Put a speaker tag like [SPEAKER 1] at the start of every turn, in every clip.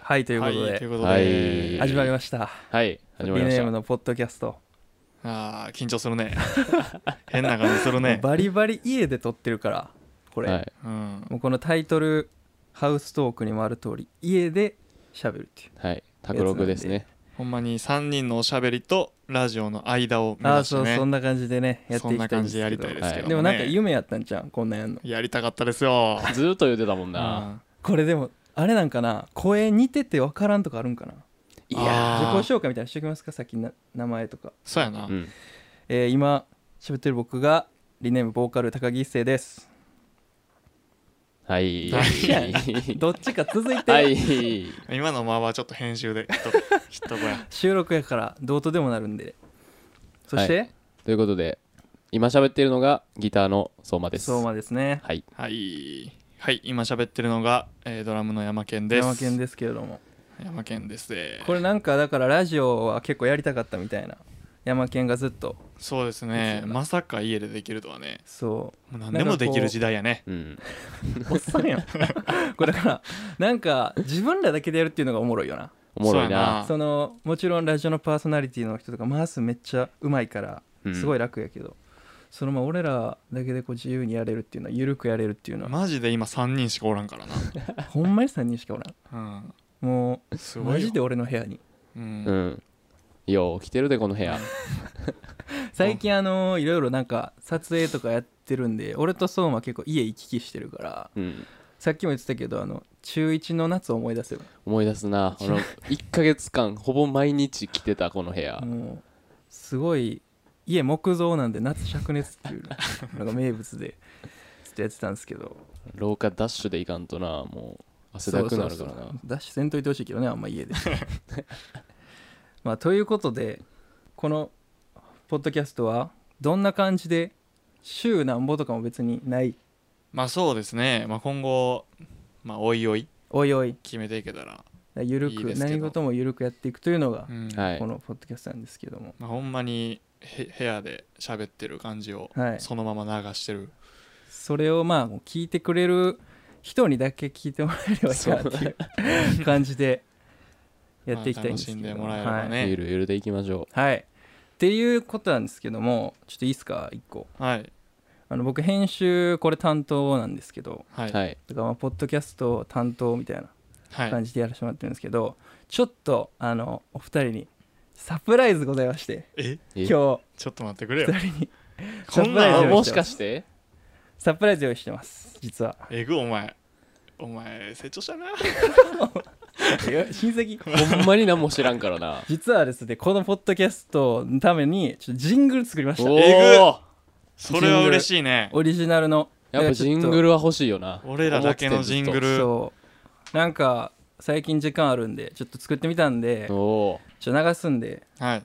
[SPEAKER 1] はい、ということ
[SPEAKER 2] はい、とい
[SPEAKER 1] で、
[SPEAKER 2] うことで、
[SPEAKER 3] はい
[SPEAKER 1] 始まりました。
[SPEAKER 3] はい、始
[SPEAKER 1] リ
[SPEAKER 3] まりまし
[SPEAKER 1] ネーム
[SPEAKER 3] た。
[SPEAKER 1] のポッドキャスト。
[SPEAKER 2] あー緊張するね 変な感じするね、
[SPEAKER 1] バリバリ家で撮ってるから、これ。
[SPEAKER 3] はい、
[SPEAKER 2] うん、
[SPEAKER 1] もうこのタイトル、ハウストークにもある通り、家で喋るっていう。
[SPEAKER 3] はい、卓録ですね。
[SPEAKER 2] ほんまに3人のおしゃべりとラジオの間を目
[SPEAKER 1] ああ、
[SPEAKER 2] 指して
[SPEAKER 1] そう、
[SPEAKER 2] ね
[SPEAKER 1] そんな感じでね、やっ
[SPEAKER 2] そ
[SPEAKER 1] て
[SPEAKER 2] ん
[SPEAKER 1] いき
[SPEAKER 2] な
[SPEAKER 1] たいん
[SPEAKER 2] 感
[SPEAKER 1] です
[SPEAKER 2] じ
[SPEAKER 1] け
[SPEAKER 2] で
[SPEAKER 1] ど。
[SPEAKER 2] やりたいですけども、ね
[SPEAKER 1] でもなんか夢やったんじゃん、こんなんやんの。
[SPEAKER 2] やりたかったですよ
[SPEAKER 3] ずーっと言ってたもん
[SPEAKER 2] あ
[SPEAKER 3] な。
[SPEAKER 1] これでも、あれなんかな、声似てて分からんとかあるんかな。
[SPEAKER 3] い
[SPEAKER 2] あ
[SPEAKER 3] や
[SPEAKER 2] ー
[SPEAKER 1] 自己紹介みたいなのしときますか、先にな名前とか。
[SPEAKER 2] そうやな、
[SPEAKER 3] ー、うん、
[SPEAKER 1] えー、今、喋ってる僕が、リネームボーカル高木一生です。
[SPEAKER 3] はい。
[SPEAKER 2] どっ
[SPEAKER 1] どっちか続いて。
[SPEAKER 3] はい。
[SPEAKER 2] 今の間はちょっと編集できっと
[SPEAKER 1] 収録やからどうとでもなるんでそして、
[SPEAKER 3] はということで、今喋っているのがギターの相馬です。
[SPEAKER 1] 相馬ですね
[SPEAKER 3] はい、
[SPEAKER 2] はいはい今喋ってるのが、えードラムの山健です
[SPEAKER 1] 山県
[SPEAKER 2] で
[SPEAKER 1] ですけれども
[SPEAKER 2] 山健ですね
[SPEAKER 1] これなんかだからラジオは結構やりたかったみたいな山県がずっと
[SPEAKER 2] そうです
[SPEAKER 1] で
[SPEAKER 2] ね
[SPEAKER 1] すよね
[SPEAKER 2] まさか家でできるとはね
[SPEAKER 1] そ
[SPEAKER 2] もう何でもできる時代やね
[SPEAKER 3] うん、
[SPEAKER 1] うおっさん やんこれだからなんか自分らだけでやるっていうのがおもろいよな
[SPEAKER 3] おもろいな。
[SPEAKER 2] そ
[SPEAKER 1] そ
[SPEAKER 2] う
[SPEAKER 1] のもちろんラジオのパーソナリティの人とか回すめっちゃうまいから
[SPEAKER 3] うん
[SPEAKER 1] すごい楽やけど、そのまあ俺らだけでこう自由にやれるっていうのは緩くやれるっていうの
[SPEAKER 2] やな
[SPEAKER 1] は、
[SPEAKER 2] マジで今3人しかおらんから
[SPEAKER 1] ほんまに3人しかおら
[SPEAKER 2] な、
[SPEAKER 1] んも
[SPEAKER 2] うん、す
[SPEAKER 1] う
[SPEAKER 2] ごいよ
[SPEAKER 1] マジで俺の部屋に
[SPEAKER 2] うん
[SPEAKER 3] うん。よう、来てるで、この部屋。
[SPEAKER 1] 最近あのーいろいろなんか撮影とかやってるんで俺と相馬結構家行き来してるから
[SPEAKER 3] うん。
[SPEAKER 1] さっきも言ってたけどあの中1の夏を思い出せば
[SPEAKER 3] 思い出すな。 あの、1ヶ月間、ほぼ毎日来てた、この部屋。
[SPEAKER 1] もうすごい家木造なんで夏灼熱っていう のが名物でずっとやってたんですけど
[SPEAKER 3] 廊下ダッシュでいかんとな、もう、汗だくなるから
[SPEAKER 1] そうそう
[SPEAKER 3] な
[SPEAKER 1] そう。ダッシュせんといてほしいけどねあんま家で まあということでこのポッドキャストはどんな感じで週なんぼとかも別にない
[SPEAKER 2] まあそうですね、まあ、今後、まあ、おいおい
[SPEAKER 1] おいおい
[SPEAKER 2] 決めていけたら、
[SPEAKER 1] ゆる
[SPEAKER 2] いい
[SPEAKER 1] く
[SPEAKER 2] ですけど
[SPEAKER 1] 何事もゆるくやっていくというのが
[SPEAKER 2] うん
[SPEAKER 3] はい
[SPEAKER 1] このポッドキャストなんですけども、
[SPEAKER 2] まあ、ほんまにへ部屋で喋ってる感じを
[SPEAKER 1] はい
[SPEAKER 2] そのまま流してる、
[SPEAKER 1] それをまあ聞いてくれる人にだけ聞いてもらえればいいなっていう感じ でやっていきたいんですけど、
[SPEAKER 2] まあ楽しんでもらえればね
[SPEAKER 3] ゆるゆるでいきましょ。
[SPEAKER 1] はい、はいっていうことなんですけどもちょっといいですか一個
[SPEAKER 2] はい
[SPEAKER 1] あの僕編集これ担当なんですけど
[SPEAKER 2] はいう
[SPEAKER 3] はい。
[SPEAKER 1] だからまあポッドキャスト担当みたいな
[SPEAKER 2] はい
[SPEAKER 1] 感じでやらせてもらってるんですけど、ちょっとあのお二人にサプライズございまして
[SPEAKER 2] え
[SPEAKER 3] え
[SPEAKER 1] 今日
[SPEAKER 2] ちょっと待って くれよ
[SPEAKER 1] 二人に
[SPEAKER 2] こんな
[SPEAKER 3] あ
[SPEAKER 1] サプライズ
[SPEAKER 2] ん
[SPEAKER 1] を
[SPEAKER 3] もしかして
[SPEAKER 1] サプライズ用意してます実は
[SPEAKER 2] えぐお前お前成長したな
[SPEAKER 1] 親戚。
[SPEAKER 3] ほんまに何も知らんからな
[SPEAKER 1] 実はですねこのポッドキャストのためにちょっとジングル作りました
[SPEAKER 3] お
[SPEAKER 2] え
[SPEAKER 3] お
[SPEAKER 2] それは嬉しいね
[SPEAKER 1] オリジナルの
[SPEAKER 3] やっぱジング
[SPEAKER 1] ル
[SPEAKER 3] ルは欲しいよな。
[SPEAKER 2] 俺らだけのジングル
[SPEAKER 1] そうなんか最近時間あるんでちょっと作ってみたんで
[SPEAKER 3] おお
[SPEAKER 1] ちょっと流すんで
[SPEAKER 2] はい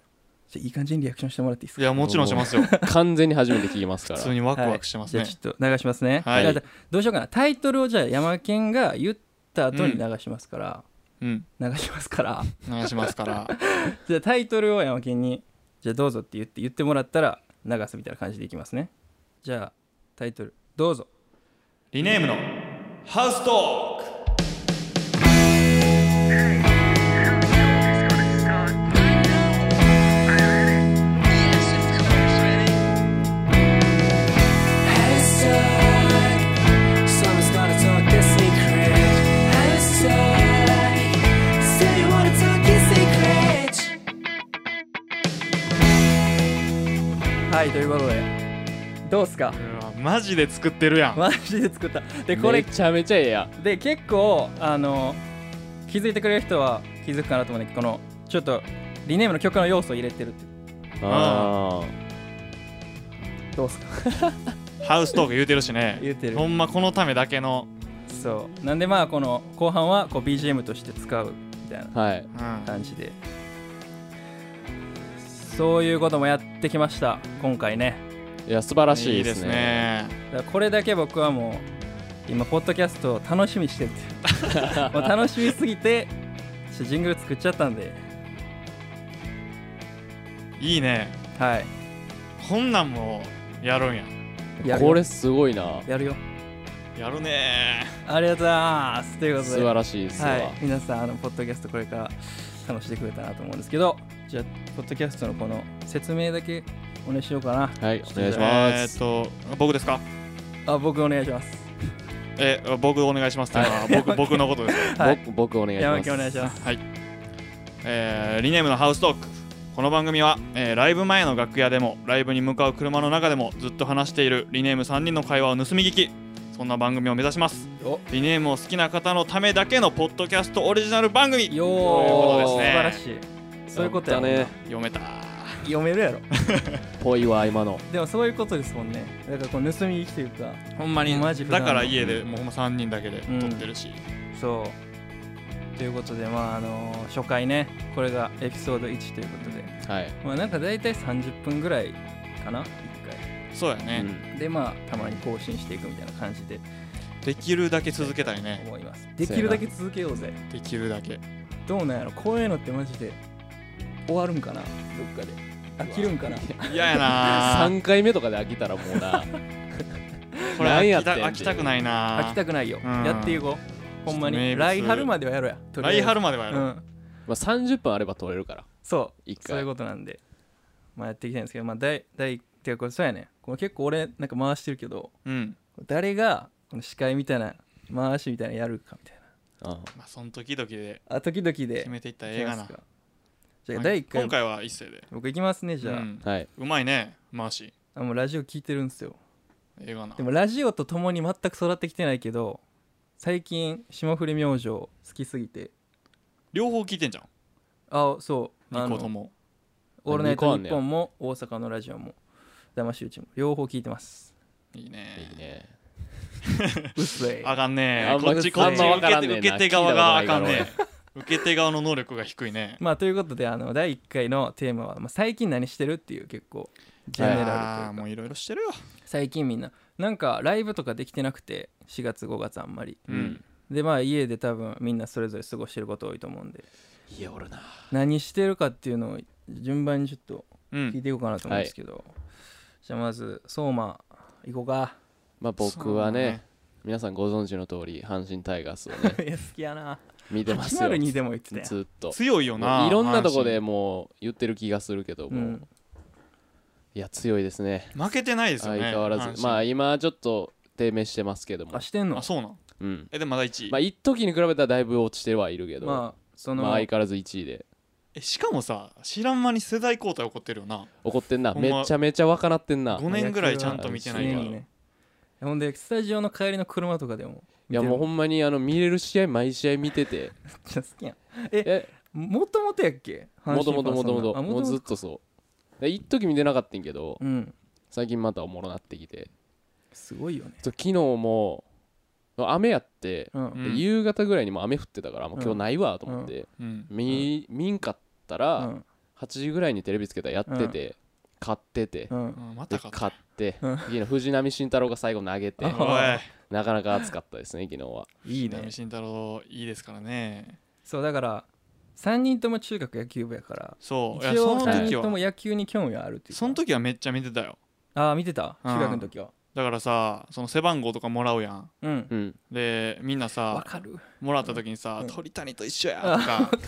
[SPEAKER 1] ちょいい感じにリアクションしてもらっていいです
[SPEAKER 2] い
[SPEAKER 1] か
[SPEAKER 2] やもちろんしますよ
[SPEAKER 3] ー完全に初めて聞きますか
[SPEAKER 2] 普
[SPEAKER 3] ら。
[SPEAKER 2] 通にワクワクしてますね、
[SPEAKER 1] はいじゃあちょっと流しますね、
[SPEAKER 2] はい
[SPEAKER 1] じゃあどうしようかなタイトルをじゃあ山県が言った後に流しますから、
[SPEAKER 2] うん
[SPEAKER 1] 流しますから
[SPEAKER 2] 流しますから
[SPEAKER 1] じゃあタイトルを山県にじゃあどうぞって言って言ってもらったら流すみたいな感じでいきますねじゃあタイトルどうぞ
[SPEAKER 2] リネームのハウストーク
[SPEAKER 4] Someone's gonna talk a secret. Hashtag. Say you wanna talk a secret.
[SPEAKER 1] はいということでどうっすか
[SPEAKER 2] うわマジで作ってるやん、
[SPEAKER 1] マジで作ったでこ
[SPEAKER 3] め
[SPEAKER 1] れ
[SPEAKER 3] ちゃめちゃええや。
[SPEAKER 1] で結構あの気づいてくれる人は気づくかなと思うんだけどこのちょっとリネームの曲の要素を入れてるって
[SPEAKER 3] あ
[SPEAKER 1] どうっすか
[SPEAKER 2] ハウストーク言うてるしね
[SPEAKER 1] 言うてる
[SPEAKER 2] ほんまこのためだけの
[SPEAKER 1] そうなんでまあこの後半はこう BGM として使うみたいな
[SPEAKER 3] あ。はい。
[SPEAKER 2] うん
[SPEAKER 1] 感じでそういうこともやってきました今回ね
[SPEAKER 3] いや、素晴らしいです
[SPEAKER 2] い
[SPEAKER 3] ね。
[SPEAKER 2] いですね
[SPEAKER 1] だからこれだけ僕はもう今ポッドキャストを楽しみに してるっていうもう楽しみすぎてちょっとジングル作っちゃったんで
[SPEAKER 2] いいね
[SPEAKER 1] はい
[SPEAKER 2] こんなんもやるんや
[SPEAKER 1] やるよ
[SPEAKER 3] これすごいな。
[SPEAKER 1] やるよ
[SPEAKER 2] やるね
[SPEAKER 1] ありがとうございますということで
[SPEAKER 3] 素晴らしいですわ、
[SPEAKER 1] はい、皆さんあのポッドキャストこれから楽しんでくれたらなと思うんですけどじゃあポッドキャストのこの説明だけお願いしようかな
[SPEAKER 3] はい、お願いし
[SPEAKER 2] え
[SPEAKER 3] ま
[SPEAKER 2] ーっ
[SPEAKER 3] す。
[SPEAKER 2] と僕ですか
[SPEAKER 1] あ僕お願いします
[SPEAKER 2] え僕お願いしますっていうのは、 僕僕のことですよ
[SPEAKER 1] はい
[SPEAKER 3] 僕僕お願いし
[SPEAKER 1] 山
[SPEAKER 3] ま
[SPEAKER 1] 木お願い
[SPEAKER 3] す。
[SPEAKER 1] します
[SPEAKER 2] はい、えーリネームのハウストークこの番組は、えーライブ前の楽屋でもライブに向かう車の中でもずっと話しているリネーム3人の会話を盗み聞きそんな番組を目指します
[SPEAKER 1] お
[SPEAKER 2] リネームを好きな方のためだけのポッドキャストオリジナル番組
[SPEAKER 1] よ
[SPEAKER 2] ということ
[SPEAKER 1] ー
[SPEAKER 2] です
[SPEAKER 1] 素
[SPEAKER 2] ね
[SPEAKER 1] 晴らしいそういうことやもんな
[SPEAKER 3] だね。
[SPEAKER 2] 読めた
[SPEAKER 1] 読めるやろ
[SPEAKER 3] ぽいわ今の。
[SPEAKER 1] でもそういうことですもんねだからこう盗み聞きというか
[SPEAKER 2] ほんま
[SPEAKER 1] に
[SPEAKER 2] に
[SPEAKER 1] マジ普段
[SPEAKER 2] だ
[SPEAKER 1] の
[SPEAKER 2] から家でもうほんま3人だけで撮ってるし、
[SPEAKER 1] そうということでまああの初回ねこれがエピソード1ということで
[SPEAKER 3] はい。
[SPEAKER 1] まあなんか大体30分ぐらいかな1
[SPEAKER 2] そうや
[SPEAKER 3] う
[SPEAKER 2] ね、
[SPEAKER 3] ん
[SPEAKER 1] 回でまあたまに更新していくみたいな感じで
[SPEAKER 2] できるだけ続けたいね
[SPEAKER 1] 思いますできるだけ続けようぜ
[SPEAKER 2] できるだけ
[SPEAKER 1] どうなんやろこういうのってマジで終わるんかなどっかで飽きるんかな
[SPEAKER 2] 嫌やな
[SPEAKER 3] 三回目とかで飽きたらもうな。
[SPEAKER 2] これ
[SPEAKER 3] 何や
[SPEAKER 2] 飽
[SPEAKER 3] っ
[SPEAKER 2] き
[SPEAKER 3] て
[SPEAKER 2] た飽
[SPEAKER 3] ん
[SPEAKER 2] きたくないな
[SPEAKER 1] 飽きたくないよ
[SPEAKER 2] うん
[SPEAKER 1] やっていこうほんま
[SPEAKER 2] ちょっ
[SPEAKER 1] に
[SPEAKER 2] と名物
[SPEAKER 1] 来春まではやろうやとりあえ
[SPEAKER 2] 来
[SPEAKER 1] ず
[SPEAKER 2] 春まではやろう、
[SPEAKER 1] うん
[SPEAKER 3] まあ三十分あれば取れるから。
[SPEAKER 1] そう
[SPEAKER 3] 一回
[SPEAKER 1] そういうことなんでまあやっていきたいんですけどまあ第第っていうかこれそうやねこの結構俺なんか回してるけど
[SPEAKER 2] うん
[SPEAKER 1] 誰がこの司会みたいな回しみたいなのやるかみたい
[SPEAKER 3] うん
[SPEAKER 2] まあその時々で
[SPEAKER 1] なあ時々で
[SPEAKER 2] 決めていったらええが
[SPEAKER 1] 決
[SPEAKER 2] な
[SPEAKER 1] めますかじゃあ第1
[SPEAKER 2] 今
[SPEAKER 1] 回
[SPEAKER 2] 回は一斉で
[SPEAKER 1] 僕いきますねじゃあ,、
[SPEAKER 2] うん
[SPEAKER 3] はい。
[SPEAKER 2] うまいねマーシー
[SPEAKER 1] あもうラジオ聞いてるんですよ
[SPEAKER 2] ええがな
[SPEAKER 1] でもラジオと共に全く育ってきてないけど最近霜降り明星好きすぎて
[SPEAKER 2] 両方聞いてんじゃん
[SPEAKER 1] あそうあ
[SPEAKER 2] 2個
[SPEAKER 1] の
[SPEAKER 2] とも
[SPEAKER 1] オールナイ
[SPEAKER 3] 二個
[SPEAKER 1] ト
[SPEAKER 3] あ
[SPEAKER 1] ニ
[SPEAKER 3] んね
[SPEAKER 1] ッ
[SPEAKER 3] や
[SPEAKER 1] ポン」も大阪のラジオも騙し討ちも両方聞いて ます
[SPEAKER 2] いいね
[SPEAKER 3] いいね。
[SPEAKER 1] うっせ
[SPEAKER 2] あ
[SPEAKER 1] え
[SPEAKER 2] かんね
[SPEAKER 3] あんま
[SPEAKER 2] こっちこ
[SPEAKER 3] あ
[SPEAKER 2] っ
[SPEAKER 3] ん
[SPEAKER 2] ち
[SPEAKER 3] まわ
[SPEAKER 2] 受
[SPEAKER 3] から
[SPEAKER 2] け
[SPEAKER 3] ん
[SPEAKER 2] て
[SPEAKER 3] ねんな
[SPEAKER 2] 受け手側があかん
[SPEAKER 3] 聞いた
[SPEAKER 2] ね
[SPEAKER 3] こ
[SPEAKER 2] 受け手側の能力が低いね
[SPEAKER 1] まあということであの第1回のテーマは、まあ、最近何してるっていう結構ジェネラルと
[SPEAKER 2] あー
[SPEAKER 1] いう
[SPEAKER 2] も
[SPEAKER 1] か
[SPEAKER 2] ういろいろしてるよ
[SPEAKER 1] 最近みんななんかライブとかできてなくて4月5月あんまり
[SPEAKER 2] うん
[SPEAKER 1] でまあ家で多分みんなそれぞれ過ごしてること多いと思うんで
[SPEAKER 3] いや俺な。
[SPEAKER 1] 何してるかっていうのを順番にちょっと
[SPEAKER 2] う
[SPEAKER 1] 聞い
[SPEAKER 2] ん
[SPEAKER 1] ていこうかなと思うんですけど、じゃあまず相馬行こうか
[SPEAKER 3] まあ僕はね、皆さんご存知の通り阪神タイガースを ね
[SPEAKER 1] いや好きやな
[SPEAKER 3] 見てますよ。
[SPEAKER 1] 802でも言ってたやん
[SPEAKER 3] ずっと。
[SPEAKER 2] 強いよ
[SPEAKER 3] も
[SPEAKER 2] な
[SPEAKER 3] うい
[SPEAKER 2] い
[SPEAKER 3] ろんなとこでもう言ってる気がするけど
[SPEAKER 1] う
[SPEAKER 3] も
[SPEAKER 1] ん、
[SPEAKER 3] いや強いですね。
[SPEAKER 2] 負けてないですよ
[SPEAKER 3] 相
[SPEAKER 2] ね
[SPEAKER 3] 変わらず。まあ今ちょっと低迷してますけども
[SPEAKER 1] あ。してん
[SPEAKER 2] あ
[SPEAKER 1] の
[SPEAKER 2] あそうなん
[SPEAKER 3] うん。
[SPEAKER 2] えでもまだ1位、
[SPEAKER 3] まあ一時に比べたらだいぶ落ちてはいるけど。
[SPEAKER 1] まあその、
[SPEAKER 3] まあ相変わらず1位で
[SPEAKER 2] えしかもさ知らん間に世代交代起こってるよな
[SPEAKER 3] 怒ってんな
[SPEAKER 2] ほんま
[SPEAKER 3] めちゃめちゃ若なってんな
[SPEAKER 2] 5年ぐらいちゃんと見てない
[SPEAKER 1] 常
[SPEAKER 2] か
[SPEAKER 1] に
[SPEAKER 2] ら
[SPEAKER 1] ねほんでスタジオの帰りの車とかでも
[SPEAKER 3] いやもうほ
[SPEAKER 1] ん
[SPEAKER 3] んまにあの見れる試合毎試合見てて
[SPEAKER 1] めっちゃ好きやん
[SPEAKER 3] え
[SPEAKER 1] もともとやっけ
[SPEAKER 3] もともともともともうずっ
[SPEAKER 1] と
[SPEAKER 3] とそうで一時見てなかったんけど
[SPEAKER 1] うん
[SPEAKER 3] 最近またおもろなってきて
[SPEAKER 1] すごいよね
[SPEAKER 3] ちょ昨日も雨やって
[SPEAKER 1] うん、
[SPEAKER 2] うん
[SPEAKER 3] で夕方ぐらいにもう雨降ってたからもう今日ないわと思って
[SPEAKER 2] うん
[SPEAKER 3] 見見んかった
[SPEAKER 1] う
[SPEAKER 3] ら
[SPEAKER 1] ん
[SPEAKER 3] 8時ぐらいにテレビつけたらやってて買ってて
[SPEAKER 1] う
[SPEAKER 2] うんんま
[SPEAKER 3] で
[SPEAKER 2] たか
[SPEAKER 3] 買って
[SPEAKER 1] うん
[SPEAKER 3] 次の藤浪晋太郎が最後投げて
[SPEAKER 1] あ
[SPEAKER 2] おい
[SPEAKER 3] なかなか熱かったですね昨日はい
[SPEAKER 1] いね
[SPEAKER 2] 南慎太郎いいですからね
[SPEAKER 1] そうだから3人とも中学野球部やから
[SPEAKER 2] そういや
[SPEAKER 1] 一
[SPEAKER 2] そ
[SPEAKER 1] 応
[SPEAKER 2] の
[SPEAKER 1] 3
[SPEAKER 2] 時
[SPEAKER 1] 人とも
[SPEAKER 2] は
[SPEAKER 1] 野球に興味はあるっていうか
[SPEAKER 2] その時はめっちゃ見てたよ
[SPEAKER 1] ああ見てた中学の時は
[SPEAKER 2] だからさその背番号とかもらうやん
[SPEAKER 1] うん
[SPEAKER 3] うん
[SPEAKER 2] でみんな
[SPEAKER 1] わ
[SPEAKER 2] さ
[SPEAKER 1] かる
[SPEAKER 2] もらった時にさ
[SPEAKER 1] うん
[SPEAKER 2] 「鳥谷と一緒や」と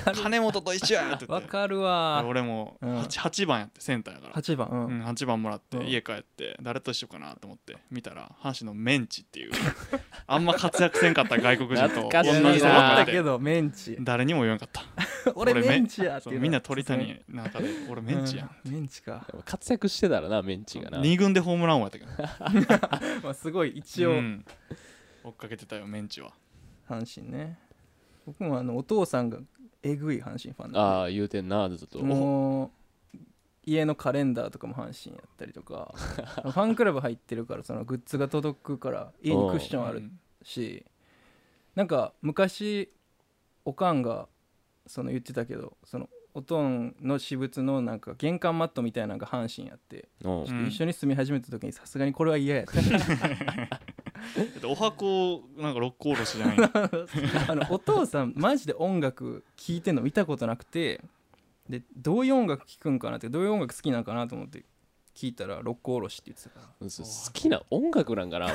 [SPEAKER 2] か「金本と一緒や」って 言
[SPEAKER 1] わ
[SPEAKER 2] って
[SPEAKER 1] かるわ
[SPEAKER 2] 俺も
[SPEAKER 1] うん
[SPEAKER 2] 8, 8番やってセンターやから、
[SPEAKER 1] 8番
[SPEAKER 2] う
[SPEAKER 1] うん
[SPEAKER 2] ん、8番もらって
[SPEAKER 1] うん
[SPEAKER 2] 家帰って誰と一緒かなと思って見たら阪神のメンチっていうあんま活躍せんかった外国人と
[SPEAKER 3] 懐かしいな
[SPEAKER 2] 同じとこ
[SPEAKER 1] あ
[SPEAKER 2] や
[SPEAKER 1] っ
[SPEAKER 2] った
[SPEAKER 1] け
[SPEAKER 2] て
[SPEAKER 1] どメンチ
[SPEAKER 2] 誰にも言わんかった
[SPEAKER 1] 俺
[SPEAKER 2] 俺
[SPEAKER 1] メンチやって
[SPEAKER 2] そ
[SPEAKER 1] いう
[SPEAKER 2] う
[SPEAKER 1] の
[SPEAKER 2] みんな鳥谷の中で俺メンチやん
[SPEAKER 1] うんメンチか
[SPEAKER 3] でも活躍してたらなメンチがな
[SPEAKER 2] 2軍でホームラン王やったけど
[SPEAKER 1] まあすごい一応
[SPEAKER 2] うん追っかけてたよメンチは
[SPEAKER 1] 阪神ね僕もあのお父さんがえぐい阪神ファン
[SPEAKER 3] あ
[SPEAKER 1] なん
[SPEAKER 3] あ言うてんなずっと
[SPEAKER 1] でもう家のカレンダーとかも阪神やったりとかファンクラブ入ってるからそのグッズが届くから家にクッションあ
[SPEAKER 2] う
[SPEAKER 1] る
[SPEAKER 2] ん
[SPEAKER 1] しなんか昔おかんがその言ってたけどそのおとんの私物のなんか玄関マットみたいなのが阪神やって、
[SPEAKER 3] う
[SPEAKER 2] う
[SPEAKER 3] ん
[SPEAKER 2] ん
[SPEAKER 1] 一緒に住み始めた時にさすがにこれは嫌やって
[SPEAKER 2] だってお箱なんか六甲おろしじ ゃないの
[SPEAKER 1] あのお父さんマジで音楽聴いてんの見たことなくてでどういう音楽聴くんかなってどういう音楽好きなんかなと思って聞いたら六甲おろしって言ってたから
[SPEAKER 3] そう好きな音楽なんかなも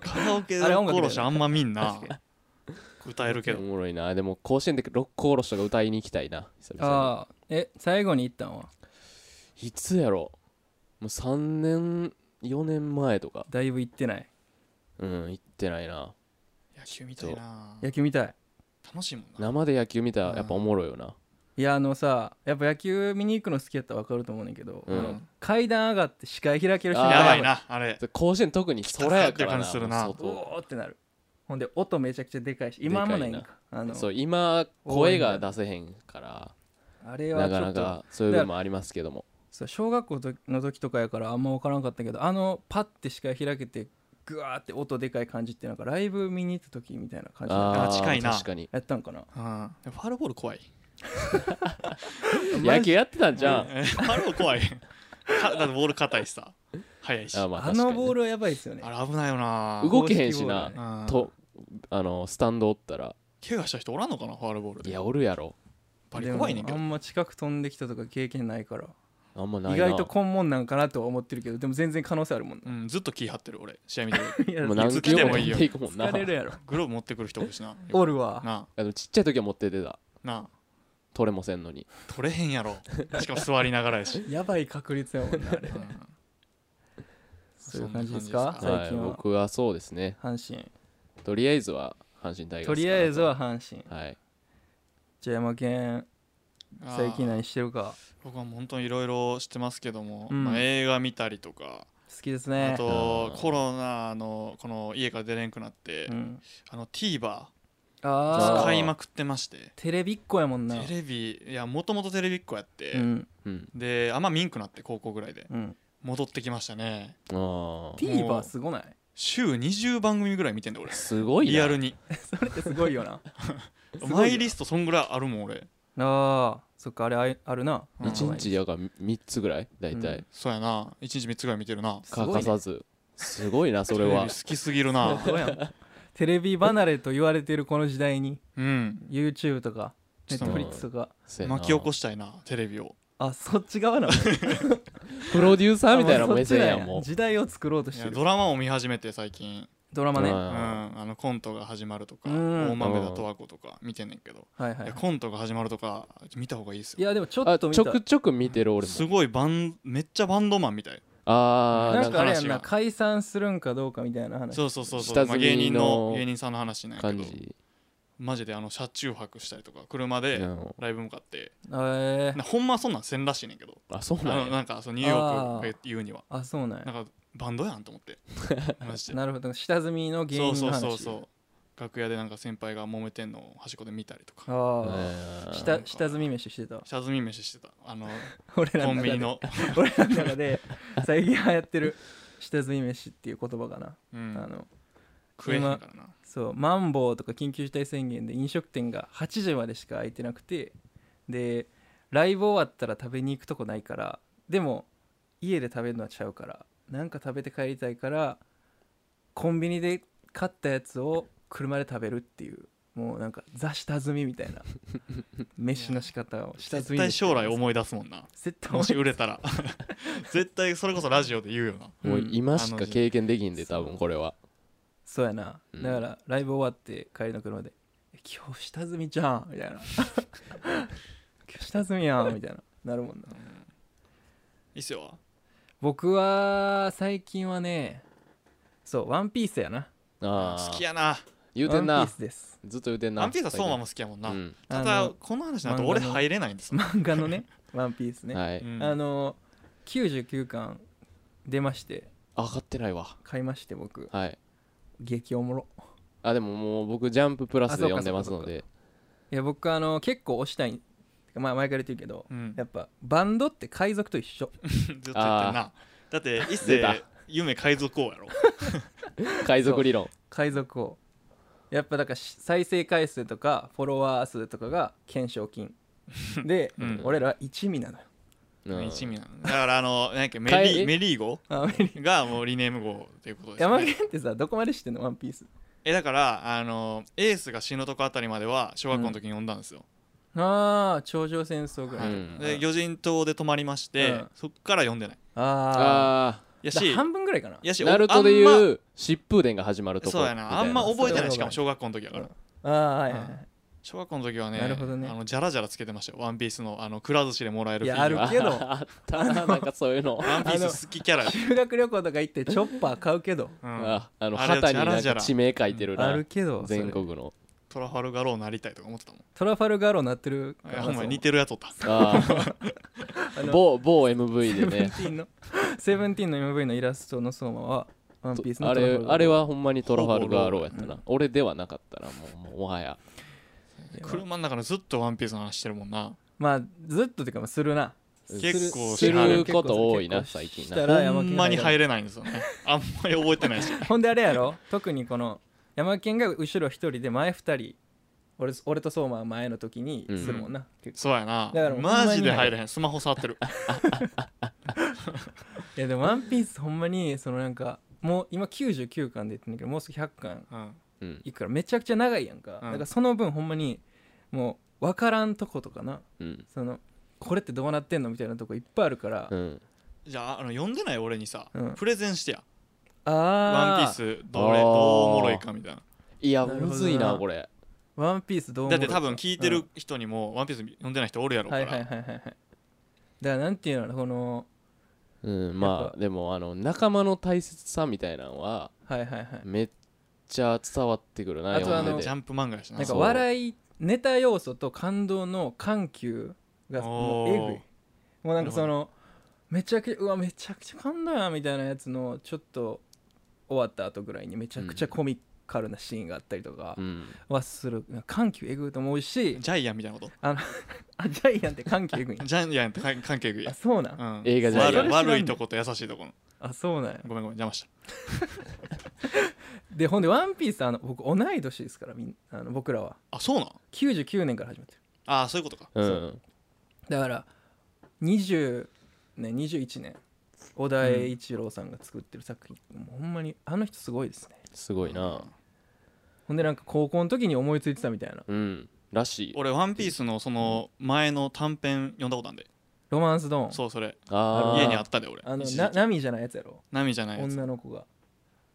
[SPEAKER 2] カラオケで
[SPEAKER 1] あれ音楽だよね
[SPEAKER 2] 殺しあんま見んな
[SPEAKER 1] 確か
[SPEAKER 2] 歌える け
[SPEAKER 3] うお
[SPEAKER 2] ど
[SPEAKER 3] もろいなでも甲子園で六甲おろしとか歌いに行きたいな久々
[SPEAKER 1] ああえ最後に行ったんは
[SPEAKER 3] にいつやろもう3年4年前とか
[SPEAKER 1] だいぶ行ってない
[SPEAKER 3] うん行ってないな
[SPEAKER 2] 野球みたいな
[SPEAKER 1] 野球見たい
[SPEAKER 2] 楽しいもんな
[SPEAKER 3] 生で野球見たらやっぱおもろいよない
[SPEAKER 1] やあのさやっぱ野球見に行くの好きやったら分かると思うねんけど、
[SPEAKER 3] うん
[SPEAKER 1] あの階段上がって視界開ける人
[SPEAKER 3] あー
[SPEAKER 2] やばいなあれ
[SPEAKER 3] で甲子園特に空やから
[SPEAKER 2] 来た
[SPEAKER 3] な
[SPEAKER 2] かって感じするな
[SPEAKER 3] もう
[SPEAKER 1] お
[SPEAKER 3] 外
[SPEAKER 1] おーってなるほんで音めちゃくちゃでかいし今あんまないんか
[SPEAKER 3] で
[SPEAKER 1] あの
[SPEAKER 3] そう今声が出せへんから
[SPEAKER 1] あれは
[SPEAKER 3] な
[SPEAKER 1] ちょ
[SPEAKER 3] か
[SPEAKER 1] っと
[SPEAKER 3] なかそういう部分もありますけども
[SPEAKER 1] そう小学校の時とかやからあんま分からんかったけどあのパッて視界開けてグワーって音でかい感じってなんかライブ見に行った時みたいな感じや
[SPEAKER 3] あ
[SPEAKER 2] あ
[SPEAKER 3] ー
[SPEAKER 2] 近いな
[SPEAKER 3] 確かに
[SPEAKER 1] ったんかな
[SPEAKER 2] うんファールボール怖い
[SPEAKER 3] 野球やってたんじゃん
[SPEAKER 2] えフ ァールボール怖いかだってボール硬いしさ速いし
[SPEAKER 3] あ
[SPEAKER 2] あ
[SPEAKER 3] まあ
[SPEAKER 1] あ
[SPEAKER 3] 確かに
[SPEAKER 1] のボールはやばいですよね
[SPEAKER 2] れ危ないよな
[SPEAKER 3] 動けへんしな
[SPEAKER 1] 公式ボールはね
[SPEAKER 2] うん
[SPEAKER 3] とあのスタンドおったら
[SPEAKER 2] 怪我した人おらんのかなファールボール
[SPEAKER 3] い
[SPEAKER 2] でやっ
[SPEAKER 3] やおるやろ
[SPEAKER 2] ぱり怖いね
[SPEAKER 1] でも
[SPEAKER 2] んけ
[SPEAKER 1] あ
[SPEAKER 2] ど
[SPEAKER 1] んま近く飛んできたとか経験ないから
[SPEAKER 3] あんまないな
[SPEAKER 1] 意外と根本なんかなとは思ってるけどでも全然可能性あるもん
[SPEAKER 2] うんずっと気張ってる俺試合見て
[SPEAKER 1] い
[SPEAKER 2] る
[SPEAKER 1] や
[SPEAKER 3] もう
[SPEAKER 2] な
[SPEAKER 3] 何キロも
[SPEAKER 2] いつ来てもいい
[SPEAKER 3] 飛
[SPEAKER 2] よ
[SPEAKER 3] んでいくもんな
[SPEAKER 1] 疲れるやろ
[SPEAKER 2] グローブ持ってくる人おるしな
[SPEAKER 1] おるわ
[SPEAKER 2] なあ
[SPEAKER 3] あのちっちゃい時は持って出てた
[SPEAKER 2] なあ
[SPEAKER 3] 取れもせんのに
[SPEAKER 2] 取れへんやろしかも座りながらやし
[SPEAKER 1] やばい確率やも んなあれ
[SPEAKER 2] うん
[SPEAKER 1] そういう感じですか
[SPEAKER 2] そんな
[SPEAKER 1] 最
[SPEAKER 2] 感
[SPEAKER 3] は
[SPEAKER 1] 近
[SPEAKER 3] い
[SPEAKER 1] は
[SPEAKER 3] 僕はそうですね
[SPEAKER 1] 阪神
[SPEAKER 3] とりあえずは阪神タイガ
[SPEAKER 1] と
[SPEAKER 3] ースかな
[SPEAKER 1] りあえずは阪神
[SPEAKER 3] はい
[SPEAKER 1] じゃあ山県
[SPEAKER 2] じですか
[SPEAKER 1] 最近
[SPEAKER 2] あー
[SPEAKER 1] 何してるか
[SPEAKER 2] 僕は本当にいろいろ知ってますけども、
[SPEAKER 1] うん
[SPEAKER 2] まあ、映画見たりとか
[SPEAKER 1] 好きです
[SPEAKER 2] あ
[SPEAKER 1] ね
[SPEAKER 2] と
[SPEAKER 3] あー
[SPEAKER 2] コロナのこの家から出れんくなって、
[SPEAKER 1] うん
[SPEAKER 2] あの TVer
[SPEAKER 1] あ
[SPEAKER 2] 使
[SPEAKER 1] あ
[SPEAKER 2] いまくってまして
[SPEAKER 1] テレビっ子やもんな
[SPEAKER 2] テレビいやもともとテレビっ子やって、
[SPEAKER 1] うん
[SPEAKER 3] うん
[SPEAKER 2] であんま見んくなって高校ぐらいで
[SPEAKER 1] うん
[SPEAKER 2] 戻ってきましたね
[SPEAKER 3] あー
[SPEAKER 1] TVer すごない
[SPEAKER 2] 週20番組ぐらい見てんだ俺
[SPEAKER 3] すごいな
[SPEAKER 2] リアルに
[SPEAKER 1] それってすごいよなすごいよ
[SPEAKER 2] マイリストそんぐらいあるもん俺、
[SPEAKER 1] ああそっかあれあいあるな
[SPEAKER 2] うん
[SPEAKER 3] 一日やが3つぐらい大
[SPEAKER 1] う
[SPEAKER 3] 体
[SPEAKER 1] ん
[SPEAKER 2] そうやな1日3つぐらい見てるな
[SPEAKER 1] すごい
[SPEAKER 3] 欠
[SPEAKER 1] ね
[SPEAKER 3] かさずすごいなそれ
[SPEAKER 2] テレ
[SPEAKER 3] は
[SPEAKER 2] ビ好きすぎるな
[SPEAKER 1] そうやんテレビ離れと言われてるこの時代に
[SPEAKER 2] うん
[SPEAKER 1] YouTube とか
[SPEAKER 2] ちょっと
[SPEAKER 1] Netflix とか
[SPEAKER 3] せやな
[SPEAKER 2] 巻き起こしたいなテレビを
[SPEAKER 1] あそっち側なの
[SPEAKER 3] プロデューサーみたいな
[SPEAKER 1] もう
[SPEAKER 3] 目線
[SPEAKER 1] そっ
[SPEAKER 3] やん
[SPEAKER 1] ちなん
[SPEAKER 3] もう
[SPEAKER 1] 時代を作ろうと
[SPEAKER 2] い
[SPEAKER 1] して
[SPEAKER 2] や
[SPEAKER 1] る
[SPEAKER 2] ドラマを見始めて最近
[SPEAKER 1] ドラマね
[SPEAKER 3] うん
[SPEAKER 2] うん、あのコントが始まるとか
[SPEAKER 1] うん
[SPEAKER 2] 大豆田十和子とか見てんねんけど、
[SPEAKER 1] はいはいい
[SPEAKER 2] やコントが始まるとか見た方がいいです
[SPEAKER 1] い
[SPEAKER 2] よ
[SPEAKER 1] やでもちょっ
[SPEAKER 3] あ
[SPEAKER 1] と見
[SPEAKER 3] ちょ
[SPEAKER 1] た
[SPEAKER 3] くちょく見てる俺も
[SPEAKER 2] すごいバンめっちゃバンドマンみたい
[SPEAKER 3] あー
[SPEAKER 1] な
[SPEAKER 3] なんん
[SPEAKER 1] か
[SPEAKER 3] か
[SPEAKER 1] あれやん
[SPEAKER 2] 話
[SPEAKER 1] な
[SPEAKER 2] が
[SPEAKER 1] 解散するんかどうかみたいな話
[SPEAKER 2] そうそうそうそう、
[SPEAKER 3] 下積みの
[SPEAKER 2] まあ、芸人の芸人さんの話なんやけ
[SPEAKER 3] 感
[SPEAKER 2] ど
[SPEAKER 3] じ
[SPEAKER 2] マジであの車中泊したりとか車
[SPEAKER 3] う
[SPEAKER 2] で
[SPEAKER 3] ん
[SPEAKER 2] ライブ向かって、
[SPEAKER 1] えー
[SPEAKER 2] なほんまそんなんせんらしいねんけど
[SPEAKER 3] あそう
[SPEAKER 2] あ
[SPEAKER 3] な
[SPEAKER 2] の
[SPEAKER 3] んや
[SPEAKER 2] なんかそのニューヨークが言うには
[SPEAKER 1] あそうなん
[SPEAKER 2] な
[SPEAKER 1] や
[SPEAKER 2] んかバンドやんと思ってマジで
[SPEAKER 1] なるほど下積みの芸
[SPEAKER 2] そう
[SPEAKER 1] 人
[SPEAKER 2] そ
[SPEAKER 1] の
[SPEAKER 2] う
[SPEAKER 1] 話
[SPEAKER 2] そうそう楽屋でなんか先輩が揉めてんのを端っこで見たり とか
[SPEAKER 1] あ
[SPEAKER 3] う
[SPEAKER 1] あ
[SPEAKER 3] ん
[SPEAKER 1] 下下積み飯して た
[SPEAKER 2] 下積み飯してたあの
[SPEAKER 1] 俺ら
[SPEAKER 2] コ
[SPEAKER 1] の
[SPEAKER 2] ンビ
[SPEAKER 1] 中
[SPEAKER 2] ニ
[SPEAKER 1] で
[SPEAKER 2] の、
[SPEAKER 1] 俺らの中で最近流行ってる下積み飯っていう言葉かな、
[SPEAKER 2] う ん、
[SPEAKER 1] あの
[SPEAKER 2] 食えへんからな
[SPEAKER 1] そうマンボウとか緊急事態宣言で飲食店が8時までしか開いてなくてでライブ終わったら食べに行くとこないからでも家で食べるのはちゃうからなんか食べて帰りたいからコンビニで買ったやつを車で食べるっていうもうなんかザ下積みみた いな飯の仕方を下積
[SPEAKER 2] 絶
[SPEAKER 1] み
[SPEAKER 2] 対
[SPEAKER 1] 飯
[SPEAKER 2] 将来思い出すもんな
[SPEAKER 1] 絶対
[SPEAKER 2] も
[SPEAKER 1] 面
[SPEAKER 2] し
[SPEAKER 1] 白い
[SPEAKER 2] 売れたら絶対それこそラジオで言うよな
[SPEAKER 3] もう
[SPEAKER 1] うん
[SPEAKER 3] 今しか経験できんで
[SPEAKER 1] あの
[SPEAKER 3] 多分これは
[SPEAKER 1] そうやな、
[SPEAKER 3] うん
[SPEAKER 1] だからライブ終わって帰りの車で「え今日下積みじゃん」みたいな 「今日下積みやん」みたいななるもんな
[SPEAKER 2] 伊勢は
[SPEAKER 1] 僕は最近はねそう「ワンピースやな
[SPEAKER 3] あ
[SPEAKER 2] 好
[SPEAKER 3] あ
[SPEAKER 2] きやな
[SPEAKER 1] 「
[SPEAKER 3] 言う
[SPEAKER 1] ワ
[SPEAKER 3] て
[SPEAKER 1] ン
[SPEAKER 3] ん
[SPEAKER 1] ピー
[SPEAKER 3] な
[SPEAKER 1] スです
[SPEAKER 3] ずっと言うてんな
[SPEAKER 2] ワンピースは相馬も好きやもんな、
[SPEAKER 3] うん
[SPEAKER 2] た
[SPEAKER 1] あ
[SPEAKER 2] だ
[SPEAKER 1] の
[SPEAKER 2] この話になると俺
[SPEAKER 1] 漫画の
[SPEAKER 2] 入れないんですもん
[SPEAKER 1] 漫画のね 「ワンピースね、
[SPEAKER 3] はい
[SPEAKER 2] うん
[SPEAKER 1] あの99巻出まして
[SPEAKER 3] 上がってないわ
[SPEAKER 1] 買いまして僕
[SPEAKER 3] はい
[SPEAKER 1] 激おもろ
[SPEAKER 3] あでももう僕ジャンププラスで読んでますので
[SPEAKER 1] いや僕あの結構押したいてかまあ前から言ってるけど、
[SPEAKER 2] うん、
[SPEAKER 1] やっぱバンドって海賊と一緒
[SPEAKER 2] ずっと言ってんなだって伊勢
[SPEAKER 3] 出た
[SPEAKER 2] 夢海賊王やろ
[SPEAKER 3] 海賊理論
[SPEAKER 1] 海賊王やっぱだからし再生回数とかフォロワー数とかが懸賞金で、
[SPEAKER 2] うん
[SPEAKER 1] 俺らは一味なのよ
[SPEAKER 3] うん
[SPEAKER 2] 一味なのだからあの何やっけメ
[SPEAKER 3] 帰
[SPEAKER 2] リ
[SPEAKER 3] り
[SPEAKER 2] ーメリーゴ
[SPEAKER 1] あメリ
[SPEAKER 2] がもうリネーム号ということです、
[SPEAKER 1] 山
[SPEAKER 2] ね、
[SPEAKER 1] 県ってさどこまで知ってんの「ワンピース
[SPEAKER 2] えだからあのエースが死ぬとこあたりまでは小学校の時に読んだんですよ、
[SPEAKER 1] ああ頂上戦争ぐらい、
[SPEAKER 3] うん
[SPEAKER 2] で魚人島で泊まりまして、
[SPEAKER 1] うん
[SPEAKER 2] そっから読んでない
[SPEAKER 1] ああ
[SPEAKER 3] あ
[SPEAKER 2] やし
[SPEAKER 1] 半分ぐらいかな
[SPEAKER 2] やし
[SPEAKER 3] あナルトでい
[SPEAKER 2] あんま
[SPEAKER 3] う疾風伝が始まるとこ
[SPEAKER 2] そうやなあんま
[SPEAKER 1] みたいな
[SPEAKER 2] 覚えてないしかも
[SPEAKER 1] そ
[SPEAKER 2] 小学校の時やから、
[SPEAKER 1] うんああはいはい、は
[SPEAKER 2] 小学校の時はね
[SPEAKER 1] なるほどね
[SPEAKER 2] あのジャラジャラつけてましたよワンピースのあのくら寿司でもらえる
[SPEAKER 1] い
[SPEAKER 2] フィ
[SPEAKER 1] や
[SPEAKER 2] ギュア
[SPEAKER 1] ある覚えてるけど
[SPEAKER 3] ああっ たななんかそういうの
[SPEAKER 2] ワンピース好きキャラや
[SPEAKER 1] い、修学旅行とか行ってチョッパー買うけど
[SPEAKER 2] うん
[SPEAKER 3] ああの
[SPEAKER 2] あれ
[SPEAKER 3] 旗に
[SPEAKER 2] ジャ
[SPEAKER 3] な
[SPEAKER 2] ラ
[SPEAKER 3] ん
[SPEAKER 2] ジャ
[SPEAKER 3] か
[SPEAKER 2] ラ
[SPEAKER 3] 地名書いてる
[SPEAKER 1] あ
[SPEAKER 3] な
[SPEAKER 1] るけどそれ
[SPEAKER 3] 全国 の
[SPEAKER 2] トラファルガローになりたいとか思ってたもん
[SPEAKER 1] トラファルガーローなってる
[SPEAKER 2] いやほんまに似
[SPEAKER 1] る
[SPEAKER 2] てるやつおった
[SPEAKER 3] ああ
[SPEAKER 1] の
[SPEAKER 3] 某某
[SPEAKER 1] セ
[SPEAKER 3] MV で
[SPEAKER 1] ブン
[SPEAKER 3] ね
[SPEAKER 1] ティーンのセブンティーンの MV のイラストの相馬は ワンピースの
[SPEAKER 3] あ
[SPEAKER 1] トラファ
[SPEAKER 3] れ
[SPEAKER 1] ルガーロー
[SPEAKER 3] あれはほんまにトラファルガーローやっ
[SPEAKER 1] ほ
[SPEAKER 3] た
[SPEAKER 1] ぼロー
[SPEAKER 3] な俺ではなかったなもうもうもはや
[SPEAKER 2] 車の中でずっとワンピースの話してるもんな
[SPEAKER 1] まあずっとてかまあするな
[SPEAKER 2] 結構
[SPEAKER 3] す
[SPEAKER 2] しは
[SPEAKER 3] る
[SPEAKER 2] る
[SPEAKER 3] こと多いな最近
[SPEAKER 1] した
[SPEAKER 3] な
[SPEAKER 1] ら
[SPEAKER 2] ほんまに入
[SPEAKER 1] る
[SPEAKER 2] れないんですよねあんまり覚えて ないし
[SPEAKER 1] ほんであれやろ 特にこの山県が後ろ一人で前二人俺俺と相馬は前の時にするもんな、結構
[SPEAKER 2] そうやな
[SPEAKER 1] だからほんまに
[SPEAKER 2] マジで入れへんスマホ触 ってる
[SPEAKER 1] いやでも「 ワンピースほんまにそのなんかもう今99巻で言ってんだけどもうすぐ100巻
[SPEAKER 2] うん
[SPEAKER 3] うん
[SPEAKER 1] いくからめちゃくちゃ長いやんか、だ
[SPEAKER 2] ん
[SPEAKER 1] からその分ほんまにもう分からんとことかな
[SPEAKER 3] うん
[SPEAKER 1] そのこれってどうなってんのみたいなとこいっぱいあるから、
[SPEAKER 3] うん
[SPEAKER 2] じゃああの読んでない俺にさ
[SPEAKER 1] うん
[SPEAKER 2] プレゼンしてや
[SPEAKER 1] あ
[SPEAKER 2] ワンピ
[SPEAKER 1] あ
[SPEAKER 2] ースどれどうおもろいかみたいない
[SPEAKER 3] や
[SPEAKER 1] なるほどな
[SPEAKER 3] むずいなこれ
[SPEAKER 1] ワンピースどう思
[SPEAKER 2] だ
[SPEAKER 1] う
[SPEAKER 2] って多分聞いてる人にもワンピース読んでない人おるやろうか
[SPEAKER 1] はいはいはい
[SPEAKER 2] ら
[SPEAKER 1] はいはいだからなんていうのこの
[SPEAKER 3] うんま
[SPEAKER 1] やっ
[SPEAKER 3] あでもあの仲間の大切さみたいなのは
[SPEAKER 1] はいはいはい
[SPEAKER 3] めっちゃ伝わってくるな
[SPEAKER 1] あとあの
[SPEAKER 3] 読ん
[SPEAKER 2] ジ
[SPEAKER 3] で
[SPEAKER 2] ャ
[SPEAKER 3] て
[SPEAKER 2] ンプ漫画やしな
[SPEAKER 1] なんか
[SPEAKER 3] そう
[SPEAKER 1] 笑いネタ要素と感動の緩急がもうえぐい
[SPEAKER 2] おー
[SPEAKER 1] もうなんかそのめちゃくちゃうわめちゃくちゃ感動やみたいなやつのちょっと終わった後ぐらいにめちゃくちゃコミカルなシーンがあったりとか
[SPEAKER 3] うん
[SPEAKER 1] はする、緩急えぐいと思うし
[SPEAKER 2] ジャイアンみたいなこと
[SPEAKER 1] あジャイアンって緩急えぐいんや
[SPEAKER 2] ジャイアンって関関係ぐい
[SPEAKER 1] あそうなん
[SPEAKER 2] うん
[SPEAKER 3] 映画ジャイア
[SPEAKER 2] 悪い
[SPEAKER 3] ン
[SPEAKER 1] それ知らんね
[SPEAKER 2] 悪いとこと優しいとこの
[SPEAKER 1] あそうなんや
[SPEAKER 2] ごめんごめん邪魔した
[SPEAKER 1] でほんで「ワンピースあの僕同い年ですからみんあの僕らは
[SPEAKER 2] あそうなん
[SPEAKER 1] 99年から始まってる
[SPEAKER 2] あそういうことか
[SPEAKER 3] うん
[SPEAKER 1] だから20年21年小田栄一郎さんが作ってる作品、もうほんまにあの人すごいですね
[SPEAKER 3] すごいな
[SPEAKER 1] ほんでなんか高校の時に思いついてたみたいな
[SPEAKER 3] うんらしい
[SPEAKER 2] 俺ワンピースのその前の短編読んだことあんで
[SPEAKER 1] 「ロマンスドーン」
[SPEAKER 2] そうそれ
[SPEAKER 3] あー
[SPEAKER 2] 家にあったで俺
[SPEAKER 1] あの
[SPEAKER 2] 一時
[SPEAKER 1] な波じゃないやつやろ
[SPEAKER 2] 波じゃないやつ
[SPEAKER 1] 女の子が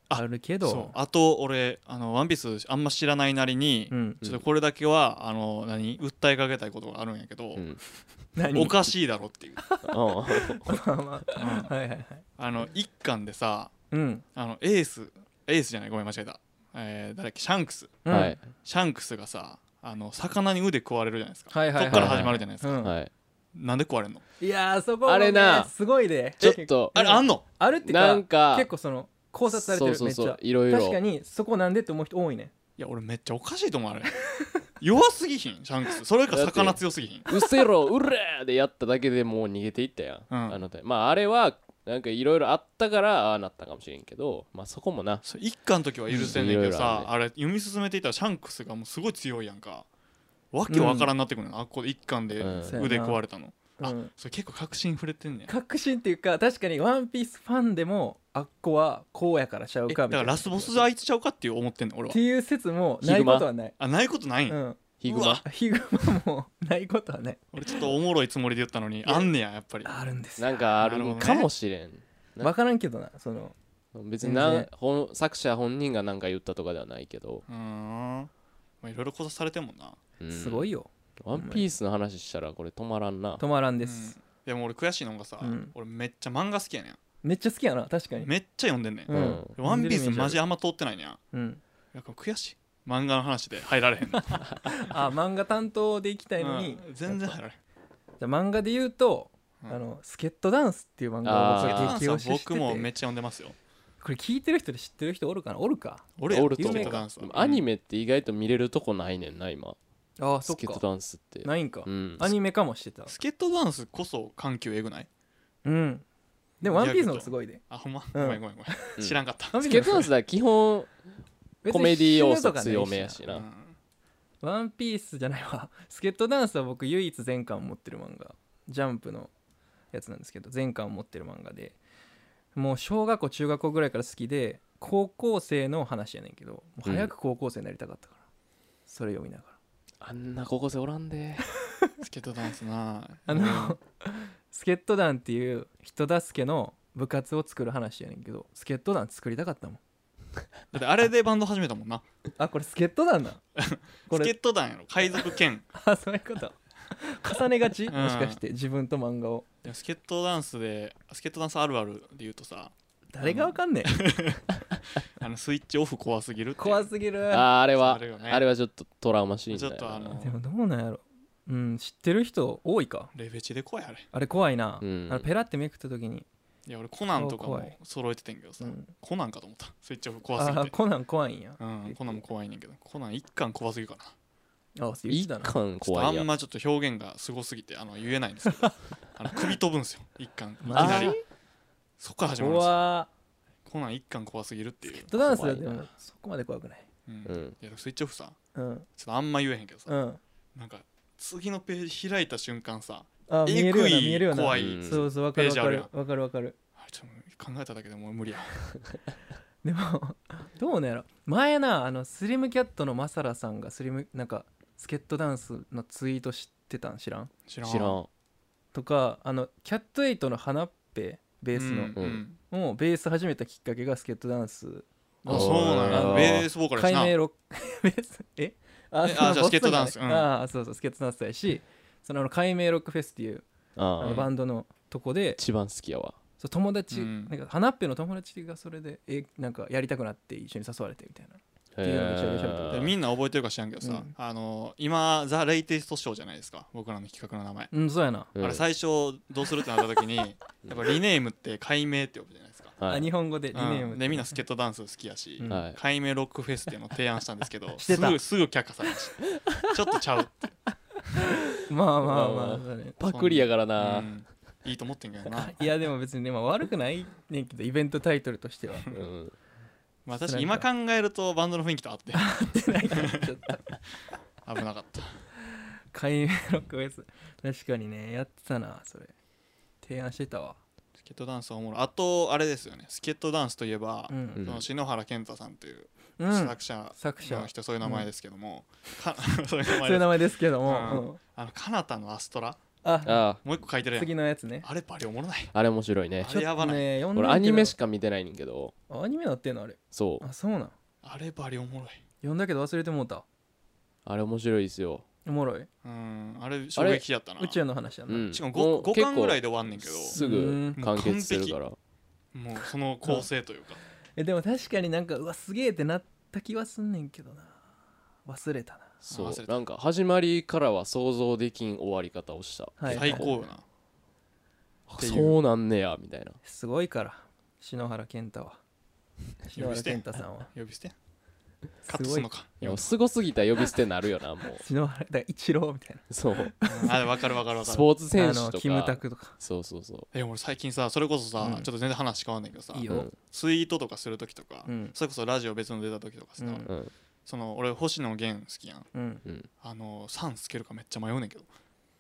[SPEAKER 2] あ
[SPEAKER 1] あるけ
[SPEAKER 2] そう
[SPEAKER 1] ど
[SPEAKER 2] あと俺あのワンピースあんま知らないなりに
[SPEAKER 1] うん
[SPEAKER 2] ちょっとこれだけはあの何訴えかけたいことがあるんやけど
[SPEAKER 3] うん
[SPEAKER 1] 何
[SPEAKER 2] おかしいだろってい う
[SPEAKER 1] まあまあはいはいはい
[SPEAKER 2] あの一巻でさ
[SPEAKER 1] うん、
[SPEAKER 2] あのエースエースじゃないごめん間違えたえー誰だっけシャンクス
[SPEAKER 1] う
[SPEAKER 3] うん
[SPEAKER 1] ん、
[SPEAKER 3] はい
[SPEAKER 2] シャンクスがさあの魚に腕食われるじゃないですか
[SPEAKER 1] はいはいはい
[SPEAKER 2] そっから始まるじゃないです
[SPEAKER 1] う
[SPEAKER 2] か
[SPEAKER 1] ん
[SPEAKER 3] はい
[SPEAKER 2] なんで食われんの
[SPEAKER 1] いやーそこもね
[SPEAKER 3] あれな
[SPEAKER 1] すごいで
[SPEAKER 3] ちょっと
[SPEAKER 2] あれあんの
[SPEAKER 1] あるってか
[SPEAKER 3] なんか
[SPEAKER 1] 結構その考察されてる
[SPEAKER 3] そうそうそう
[SPEAKER 1] めっち
[SPEAKER 3] いろい
[SPEAKER 1] ゃ確か
[SPEAKER 3] ろ
[SPEAKER 1] にそこなんでって思う人多いね
[SPEAKER 2] いや俺めっちゃおかしいと思うあれ 弱すぎひんシャンクスそれか魚強すぎひん
[SPEAKER 3] うせろうれーでやっただけでもう逃げていったやん、
[SPEAKER 2] うん
[SPEAKER 3] あの手まああれはなんかいろいろあったからああなったかもしれんけどまあそこもな
[SPEAKER 2] そう一巻の時は許せんねんけど
[SPEAKER 3] いろいろあ
[SPEAKER 2] さ
[SPEAKER 3] るね
[SPEAKER 2] あれ読み進めていったらシャンクスがもうすごい強いやんかわけわからんなってくるの、あっこで一巻で
[SPEAKER 3] うん
[SPEAKER 1] そうや
[SPEAKER 2] 腕
[SPEAKER 1] な
[SPEAKER 2] 食われたの、あ
[SPEAKER 1] うん
[SPEAKER 2] それ結構確信触れてんねん
[SPEAKER 1] 確信っていうか確かに「ワンピースファンでもあっこはこうやからちゃう
[SPEAKER 2] え
[SPEAKER 1] か
[SPEAKER 2] だ
[SPEAKER 1] みた
[SPEAKER 2] か
[SPEAKER 1] い
[SPEAKER 2] ら
[SPEAKER 1] な
[SPEAKER 2] ラスボスあいつちゃうかっていう思ってんの俺
[SPEAKER 1] っ
[SPEAKER 2] は
[SPEAKER 1] ていう説もないことはない
[SPEAKER 2] あないことないん、
[SPEAKER 1] うん
[SPEAKER 3] ヒグ
[SPEAKER 2] う
[SPEAKER 3] マ
[SPEAKER 2] わ
[SPEAKER 1] ヒグマもないことはない
[SPEAKER 2] 俺ちょっとおもろいつもりで言ったのにあんねややっぱり
[SPEAKER 1] あるんですよ
[SPEAKER 3] なんかある
[SPEAKER 2] なるほどね
[SPEAKER 3] かもしれん、
[SPEAKER 1] 分からんけどなその
[SPEAKER 3] 別にな
[SPEAKER 1] 全然
[SPEAKER 3] 本作者本人が何か言ったとかではないけど、
[SPEAKER 2] うーんまあいろいろ考察されてんもんな
[SPEAKER 3] うん
[SPEAKER 1] すごいよ
[SPEAKER 3] ワンピースの話したらこれ止まらんな
[SPEAKER 1] 止まらんで
[SPEAKER 2] うん
[SPEAKER 1] す、
[SPEAKER 2] でも俺悔しいのがさ、
[SPEAKER 1] うん
[SPEAKER 2] 俺めっちゃ漫画好きやね
[SPEAKER 1] めっちゃ好きやな確かに
[SPEAKER 2] んめっちゃ読んでんねん、
[SPEAKER 1] うん
[SPEAKER 2] ワンピースマジ
[SPEAKER 1] あ
[SPEAKER 2] あんま通ってないねん
[SPEAKER 1] うん
[SPEAKER 2] なんか悔しい漫画の話で入られへんの
[SPEAKER 1] あ漫画担当で行きたいのに
[SPEAKER 2] うん全然入られ
[SPEAKER 1] じゃあ漫画で言うと「
[SPEAKER 2] うん
[SPEAKER 1] あのスケットダンス」っていう漫画を僕
[SPEAKER 3] あー
[SPEAKER 1] は
[SPEAKER 2] へん
[SPEAKER 1] 激
[SPEAKER 2] ダン
[SPEAKER 1] 推
[SPEAKER 2] ス
[SPEAKER 1] し
[SPEAKER 2] は
[SPEAKER 1] して
[SPEAKER 2] 僕もめってちゃ読んでますよ
[SPEAKER 1] これ聞いてる人で知ってる人おるかなおるか
[SPEAKER 2] 俺や
[SPEAKER 3] おると思う
[SPEAKER 2] スケットダンス
[SPEAKER 3] で
[SPEAKER 2] は
[SPEAKER 3] もアニメって意外と見れるとこないねんな今
[SPEAKER 1] ああそっ
[SPEAKER 3] スケート
[SPEAKER 1] か
[SPEAKER 3] ダンスって
[SPEAKER 1] ないんか
[SPEAKER 3] うん
[SPEAKER 1] アニメかもしてた
[SPEAKER 2] スケットダンスこそ緩急えぐない
[SPEAKER 1] うんでも「ワンピースの方がすごいで
[SPEAKER 2] あほんま、
[SPEAKER 1] うん
[SPEAKER 2] ごめんごめんご
[SPEAKER 3] う
[SPEAKER 2] め
[SPEAKER 3] ん
[SPEAKER 2] ん知らんかった、
[SPEAKER 3] スケートダンスだから基本
[SPEAKER 1] 別に
[SPEAKER 3] コメディ要
[SPEAKER 1] 死ぬ
[SPEAKER 3] 素
[SPEAKER 1] とかね
[SPEAKER 3] 強めやしな、
[SPEAKER 2] うん
[SPEAKER 1] ワンピースじゃないわスケットダンスは僕唯一全巻持ってる漫画ジャンプのやつなんですけど全巻持ってる漫画でもう小学校中学校ぐらいから好きで高校生の話やねんけどもう早く高校生になりたかったから、それ読みながら
[SPEAKER 3] あんな高校生おらんで
[SPEAKER 2] スケートダンスな
[SPEAKER 1] あのスケット団っていう人助けの部活を作る話やねんけどスケット団作りたかったもん
[SPEAKER 2] だってあれでバンド始めたもんな
[SPEAKER 1] あこれスケット団だこ
[SPEAKER 2] スケ
[SPEAKER 1] れ
[SPEAKER 2] ット団やろ海賊兼
[SPEAKER 1] あそういうこと重ねがち
[SPEAKER 2] うん
[SPEAKER 1] もしかして自分と漫画を
[SPEAKER 2] でもスケットダンスでスケットダンスあるあるで言うとさ
[SPEAKER 1] 誰がわかんねえ
[SPEAKER 2] あのスイッチオフ怖すぎるっていう
[SPEAKER 1] 怖すぎる
[SPEAKER 3] あーあれは
[SPEAKER 2] あるよね
[SPEAKER 3] あれはちょっとトラウマシーンだよな
[SPEAKER 2] ちょっとあの
[SPEAKER 1] でもどうなんやろうん知ってる人多いか
[SPEAKER 2] レベチで怖いあれ
[SPEAKER 1] あれ怖いな、
[SPEAKER 3] うん
[SPEAKER 1] あれペラってめくった時に、
[SPEAKER 2] いや俺コナンとか
[SPEAKER 1] 怖
[SPEAKER 2] も
[SPEAKER 1] い
[SPEAKER 2] 揃えててんけどさ、
[SPEAKER 1] うん
[SPEAKER 2] コナンかと思ったスイッチオフ怖すぎ
[SPEAKER 1] あ
[SPEAKER 2] て
[SPEAKER 1] コナン怖いんや
[SPEAKER 2] うん、コナンも怖いねんけどコナン一巻怖すぎるかな
[SPEAKER 1] あそう言っ
[SPEAKER 3] 一
[SPEAKER 1] てたな
[SPEAKER 3] 巻
[SPEAKER 2] ちょっと
[SPEAKER 3] 怖い
[SPEAKER 2] あ
[SPEAKER 3] や
[SPEAKER 2] んまちょっと表現がすごすぎてあの言えないんです けどあの首飛ぶんですよ一巻いき
[SPEAKER 1] マジ
[SPEAKER 2] なりそっから始まるんですよ
[SPEAKER 1] 怖
[SPEAKER 2] コナン一巻怖すぎるっていう
[SPEAKER 1] ー、ドダンス
[SPEAKER 3] 怖
[SPEAKER 1] だ
[SPEAKER 3] い
[SPEAKER 1] で
[SPEAKER 3] な
[SPEAKER 1] もそこまで怖くない
[SPEAKER 2] うん
[SPEAKER 3] うん
[SPEAKER 2] いやスイッチオフさ
[SPEAKER 1] うん
[SPEAKER 2] ちょっとあんま言えへんけどさ、
[SPEAKER 1] うん
[SPEAKER 2] なんか次のページ開いた瞬間さ
[SPEAKER 1] あ見え
[SPEAKER 2] え
[SPEAKER 1] るよ
[SPEAKER 2] ぐ
[SPEAKER 1] うな見えるよ
[SPEAKER 2] いう
[SPEAKER 1] な
[SPEAKER 2] 怖い、
[SPEAKER 3] うん
[SPEAKER 1] そうそうわかる
[SPEAKER 2] ペ
[SPEAKER 1] わ
[SPEAKER 2] ージ
[SPEAKER 1] か
[SPEAKER 2] あるや
[SPEAKER 1] る
[SPEAKER 2] ん
[SPEAKER 1] わかるわかる
[SPEAKER 2] あれちょっと考えただけでもう無理や
[SPEAKER 1] でも どうなんやろ前なあのスリムキャットのマサラさんがスリムなんかスケットダンスのツイート知ってたん知らん
[SPEAKER 2] 知らん
[SPEAKER 3] 知らん
[SPEAKER 1] とかあのキャットエイトの花っぺベースの、
[SPEAKER 2] うんうん
[SPEAKER 1] もうベース始めたきっかけがスケットダンス
[SPEAKER 2] あそうなん
[SPEAKER 3] あ
[SPEAKER 2] や
[SPEAKER 3] ー
[SPEAKER 2] ベースボーカルや
[SPEAKER 1] 解
[SPEAKER 2] しな
[SPEAKER 1] 明ロック ベースえあ
[SPEAKER 2] え
[SPEAKER 1] その
[SPEAKER 2] あじゃあ
[SPEAKER 1] ボ
[SPEAKER 2] スケットダンス
[SPEAKER 1] がね
[SPEAKER 2] うん
[SPEAKER 1] ああそうそうスケットダンスだしそのあの解明ロックフェスっていうあ
[SPEAKER 3] あ
[SPEAKER 1] の
[SPEAKER 2] うん
[SPEAKER 3] ー
[SPEAKER 1] バンドのとこで、
[SPEAKER 3] 一番好きやわ
[SPEAKER 1] そう友達、
[SPEAKER 2] うん
[SPEAKER 1] なんか花っぺの友達がそれでえなんかやりたくなって一緒に誘われてみたいな
[SPEAKER 3] へ
[SPEAKER 1] いうのめちゃめちゃ
[SPEAKER 2] で
[SPEAKER 3] ー
[SPEAKER 2] みんな覚えてるか知らんけどさ、
[SPEAKER 1] うん
[SPEAKER 2] あの今ザ・レイテストショーじゃないですか僕らの企画の名前、
[SPEAKER 1] うんそうやな、
[SPEAKER 3] うん
[SPEAKER 2] あれ最初どうするってなった 時にやっぱリネームって解明って呼ぶじゃないですか、
[SPEAKER 3] は
[SPEAKER 1] あ
[SPEAKER 3] い
[SPEAKER 1] 日本語でリネーム、
[SPEAKER 2] うんでみんなスケットダンス好きやし、
[SPEAKER 1] うん
[SPEAKER 3] はい
[SPEAKER 2] 解明ロックフェスっていうのを提案したんですけど
[SPEAKER 1] してた
[SPEAKER 2] すぐすぐ却下されましたちょっと ちゃう、
[SPEAKER 1] まあまあま
[SPEAKER 3] まあ
[SPEAKER 1] あそうね
[SPEAKER 3] パクリやから
[SPEAKER 2] う、
[SPEAKER 3] なん
[SPEAKER 2] いいと思ってんけどない
[SPEAKER 1] やでも別にね、まあ、悪くないねんけどイベントタイトルと しては
[SPEAKER 3] うん
[SPEAKER 2] まあ確かに今考えるとバンドの雰囲気と合って危なかった
[SPEAKER 1] 解明ロックフェス確かにねやってたなそれ提案してたわ
[SPEAKER 2] スケットダンスはおもろいあとあれですよねスケットダンスといえば、
[SPEAKER 1] うん、
[SPEAKER 2] その篠原健太さんっていう
[SPEAKER 1] うん
[SPEAKER 2] 作者
[SPEAKER 1] 作者
[SPEAKER 2] の人、そういう名前ですけども、か そういう
[SPEAKER 1] そ
[SPEAKER 2] 名
[SPEAKER 1] ういう
[SPEAKER 2] 前です
[SPEAKER 1] 名前ですけども、
[SPEAKER 2] うん
[SPEAKER 1] うん
[SPEAKER 2] あのかなたのアストラ
[SPEAKER 1] あ
[SPEAKER 3] あ
[SPEAKER 2] もう一個書いてるやん
[SPEAKER 1] 次のやつね
[SPEAKER 2] あれバリおもろない
[SPEAKER 3] ああれ面白いね
[SPEAKER 2] あれやばない
[SPEAKER 1] ちょっとね読んだけど
[SPEAKER 3] 俺アニメしか見てないねんけど
[SPEAKER 1] アニメなってんのあれ
[SPEAKER 3] そう
[SPEAKER 1] あそうなん
[SPEAKER 2] あれバリおもろい
[SPEAKER 1] 読んだけど忘れてもうた
[SPEAKER 3] あれ面白いですよ
[SPEAKER 1] おもろい
[SPEAKER 2] うんあれ衝撃やったな
[SPEAKER 1] 宇宙の話やな、
[SPEAKER 3] うん
[SPEAKER 2] しかも
[SPEAKER 3] も
[SPEAKER 2] 5,
[SPEAKER 3] う
[SPEAKER 2] 5巻ぐらい
[SPEAKER 3] 結
[SPEAKER 2] で終わんねんけど
[SPEAKER 3] 構すぐ完結するから
[SPEAKER 2] もうその構成というか、
[SPEAKER 1] えでも確かになんかうわすげえってなった気はすんねんけどな忘れたな
[SPEAKER 3] そ
[SPEAKER 2] あ
[SPEAKER 3] う
[SPEAKER 2] 忘れた
[SPEAKER 3] なんか始まりからは想像できん終わり方をした、
[SPEAKER 1] はい
[SPEAKER 2] 最高よな、っていう
[SPEAKER 3] そうなんねやみたいな
[SPEAKER 1] すごいから篠原健太は篠原健太さんは
[SPEAKER 2] 呼び捨てカッ
[SPEAKER 1] すご
[SPEAKER 2] トすん
[SPEAKER 1] い
[SPEAKER 2] のか
[SPEAKER 3] いやすごすぎたら呼び捨てなるよなも う
[SPEAKER 1] 篠原だから一郎みたいな
[SPEAKER 3] そう
[SPEAKER 2] うんあれ分かる分かる分
[SPEAKER 3] ス
[SPEAKER 2] かる
[SPEAKER 3] ポーツ選
[SPEAKER 1] あ
[SPEAKER 3] 手
[SPEAKER 1] の
[SPEAKER 3] とか
[SPEAKER 1] キムタクとか
[SPEAKER 3] そうそうそう
[SPEAKER 2] え俺最近さそれこそさ、
[SPEAKER 1] うん
[SPEAKER 2] ちょっと全然話変わんないけどさ
[SPEAKER 1] いいよ
[SPEAKER 3] うん
[SPEAKER 2] ツイートとかする時とか、
[SPEAKER 1] うん
[SPEAKER 2] それこそラジオ別の出た時とかさ、
[SPEAKER 1] うん
[SPEAKER 3] うん
[SPEAKER 2] その俺星野源好きやん
[SPEAKER 1] うん
[SPEAKER 2] あの「さん」つけるかめっちゃ迷うねんけど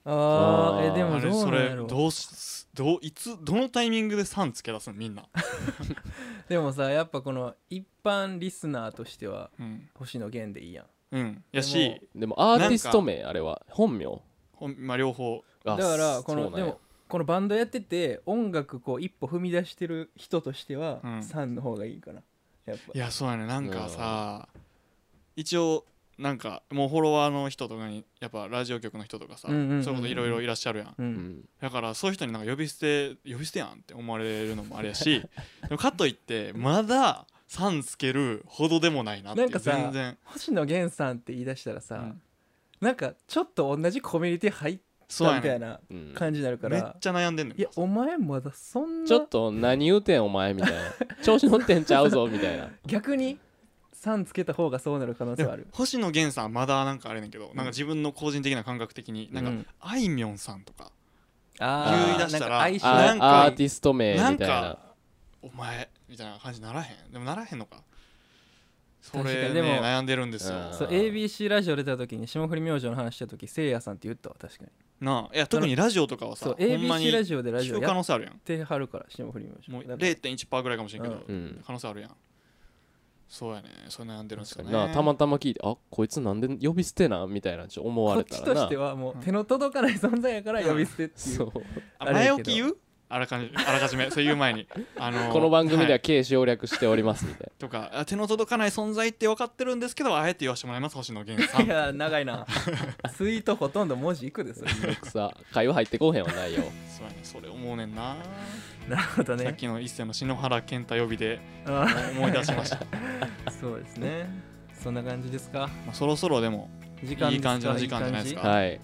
[SPEAKER 1] あ
[SPEAKER 3] あ
[SPEAKER 1] ー
[SPEAKER 3] ー
[SPEAKER 1] えでも
[SPEAKER 2] あれ
[SPEAKER 1] どう
[SPEAKER 2] そ
[SPEAKER 1] なん
[SPEAKER 2] れ
[SPEAKER 1] やろ
[SPEAKER 2] どうしどういつどのタイミングで「さん」つけ出すのみんな、
[SPEAKER 1] でもさやっぱこの一般リスナーとしては
[SPEAKER 2] うん、
[SPEAKER 1] 星野源でいいやん
[SPEAKER 2] うん、や
[SPEAKER 1] で
[SPEAKER 2] し
[SPEAKER 3] でもアーティスト名あれは本名
[SPEAKER 2] ほんまあ両方
[SPEAKER 1] だ
[SPEAKER 3] あ
[SPEAKER 1] からこ
[SPEAKER 3] そ
[SPEAKER 1] の
[SPEAKER 3] うなん
[SPEAKER 1] で
[SPEAKER 3] や
[SPEAKER 1] もこのバンドやってて音楽こう一歩踏み出してる人としては、
[SPEAKER 2] うん
[SPEAKER 1] サンの方がいいかなやっぱ
[SPEAKER 2] いやそうやねなんかさ、一応なんかもうフォロワーの人とかにやっぱラジオ局の人とかさ、
[SPEAKER 1] うんうんうんうん
[SPEAKER 2] そういうこといろいろいらっしゃるやん、
[SPEAKER 1] う
[SPEAKER 3] うんん
[SPEAKER 2] だからそういう人になんか呼び捨て呼び捨てやんって思われるのもあれ やしでもかといってまだ「さん」つけるほどでもないなっていう
[SPEAKER 1] なんかさ
[SPEAKER 2] 全然
[SPEAKER 1] 星野源さんって言い出したらさ、
[SPEAKER 2] うん
[SPEAKER 1] なんかちょっと同じコミュニティ入っ
[SPEAKER 2] そう
[SPEAKER 1] た
[SPEAKER 2] や
[SPEAKER 1] みた
[SPEAKER 2] ね
[SPEAKER 1] いな
[SPEAKER 3] うん
[SPEAKER 1] 感じになるか
[SPEAKER 2] めっ
[SPEAKER 1] ら、
[SPEAKER 2] ちゃ悩んでんの
[SPEAKER 1] いやお前まだそんな
[SPEAKER 3] ちょっと何言うてんお前みた いな調子乗ってんちゃうぞみたいな
[SPEAKER 1] 逆に「さん」つけた方がそうなる可能性はある
[SPEAKER 2] 星野源さんはまだなんかあれねんけど、なんか自分の個人的な感覚的になんか、
[SPEAKER 1] うん
[SPEAKER 2] あいみょんさんとか
[SPEAKER 1] あ
[SPEAKER 2] 言い
[SPEAKER 1] ー
[SPEAKER 2] 出したら
[SPEAKER 1] なんか愛し
[SPEAKER 2] あ
[SPEAKER 1] な
[SPEAKER 2] なんか
[SPEAKER 3] アーティスト名みた
[SPEAKER 2] ないん
[SPEAKER 3] な
[SPEAKER 2] かお前みたいな感じにならへんでもならへんのかそ
[SPEAKER 1] 確か
[SPEAKER 2] れ
[SPEAKER 1] にで
[SPEAKER 2] ね
[SPEAKER 1] も
[SPEAKER 2] 悩んでるんですよ
[SPEAKER 3] うん
[SPEAKER 1] そう ABC ラジオ出た時に霜降り明星の話した時せいやさんって言ったわ確かに
[SPEAKER 2] なあいや特にラジオとかは
[SPEAKER 1] そ
[SPEAKER 2] さ
[SPEAKER 1] う
[SPEAKER 2] ほんまに
[SPEAKER 1] ABC ラジオでラジ
[SPEAKER 2] 聞
[SPEAKER 1] オ
[SPEAKER 2] く
[SPEAKER 1] や
[SPEAKER 2] 可
[SPEAKER 1] っ
[SPEAKER 2] 能性あるやん
[SPEAKER 1] てはるから霜降り明星
[SPEAKER 2] もう
[SPEAKER 1] だから
[SPEAKER 2] 0.1%ぐらいかもしれんけど、
[SPEAKER 1] うん
[SPEAKER 3] うん
[SPEAKER 2] 可能性あるやんそうやねそれ悩んでるんです
[SPEAKER 3] 確か
[SPEAKER 2] よ
[SPEAKER 3] に
[SPEAKER 2] ね
[SPEAKER 3] なたまたま聞いてあこいつなんで呼び捨てなんみたいなちょっと思わ
[SPEAKER 1] こ
[SPEAKER 3] れ
[SPEAKER 1] ったちと
[SPEAKER 3] らな
[SPEAKER 1] してはもう手の届かない存在やから呼び捨てっていう、
[SPEAKER 3] そう
[SPEAKER 1] あ
[SPEAKER 2] あ
[SPEAKER 1] れ
[SPEAKER 2] 前
[SPEAKER 1] や
[SPEAKER 2] 置
[SPEAKER 1] けど
[SPEAKER 2] き言うあらかじあらかじめそう言う前にあのー
[SPEAKER 3] この番組で
[SPEAKER 2] は
[SPEAKER 3] はい軽省略しておりますみたい
[SPEAKER 2] とかあ手の届かない存在って分かってるんですけどあえて言わせてもらいます星野源さ
[SPEAKER 1] い
[SPEAKER 2] ん
[SPEAKER 1] や長い なツイートほとんど文字いくです
[SPEAKER 3] な 僕さ会話入ってこうへんはないよ
[SPEAKER 2] そうやねそれ思うねんな、
[SPEAKER 1] なるほど
[SPEAKER 2] さっ
[SPEAKER 1] ね
[SPEAKER 2] きの一世の篠原健太呼びで
[SPEAKER 1] あ
[SPEAKER 2] 思い出しま した、ま
[SPEAKER 1] ーそうですねそんな感じですか
[SPEAKER 2] あ、そろそろでも
[SPEAKER 1] 時間ですか
[SPEAKER 2] いい感じの時間じゃないですか
[SPEAKER 3] はい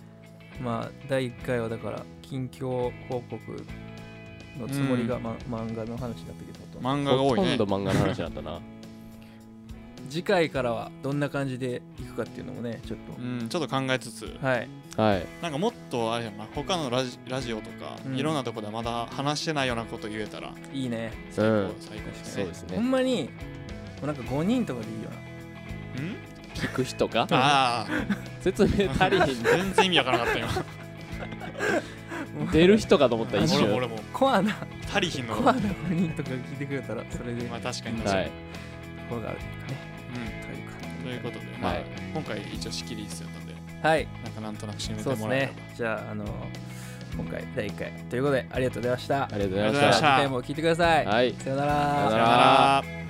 [SPEAKER 1] まあ第1回はだから近況報告のつもりが、
[SPEAKER 2] うん
[SPEAKER 1] ま、漫画の話だったけどほとんど
[SPEAKER 2] 漫画が
[SPEAKER 3] ほ
[SPEAKER 2] 多い
[SPEAKER 3] と
[SPEAKER 2] ね
[SPEAKER 3] んど漫画の話だったな
[SPEAKER 1] 次回からはどんな感じでいくかっていうのもねちょっと、
[SPEAKER 2] うん、ちょっと考えつつ、
[SPEAKER 1] はい
[SPEAKER 3] はい
[SPEAKER 2] なんかもっとあれやな他のラジラジオとか、
[SPEAKER 1] うん
[SPEAKER 2] いろんなとこでまだ話してないようなこと言えたら
[SPEAKER 1] いいね
[SPEAKER 2] 最高、
[SPEAKER 3] うん
[SPEAKER 2] 最高です
[SPEAKER 3] そう
[SPEAKER 2] ね
[SPEAKER 3] です
[SPEAKER 1] ほ
[SPEAKER 3] ね
[SPEAKER 1] んまにもうなんか5人とかでいいよな
[SPEAKER 2] うん
[SPEAKER 3] 聞く人か
[SPEAKER 2] ああ
[SPEAKER 3] 説明足りひん
[SPEAKER 2] 全然意味わからなかった今
[SPEAKER 3] 出る人かと思った一
[SPEAKER 2] 俺も
[SPEAKER 3] 瞬
[SPEAKER 2] 俺も
[SPEAKER 1] コアな
[SPEAKER 2] 足りひんの
[SPEAKER 1] コアな5人とか聞いてくれたらそれで
[SPEAKER 2] まあ確かに確かに、
[SPEAKER 3] はい
[SPEAKER 1] 心があるというかねというか
[SPEAKER 2] うん、ということで、まあ
[SPEAKER 3] はい
[SPEAKER 2] 今回一応仕切り必要だったんで
[SPEAKER 1] はい
[SPEAKER 2] なんかなんとなく締め
[SPEAKER 1] そう
[SPEAKER 2] て
[SPEAKER 1] です
[SPEAKER 2] もらえれば、
[SPEAKER 1] ねじゃああの今回第1回ということでありがとうございました
[SPEAKER 3] ありがとうございま
[SPEAKER 2] ありがとうございま
[SPEAKER 3] し
[SPEAKER 2] した
[SPEAKER 1] 次
[SPEAKER 2] た
[SPEAKER 1] 回も聞いてください、
[SPEAKER 3] はい
[SPEAKER 1] さよなら
[SPEAKER 3] さよなら
[SPEAKER 2] さよなら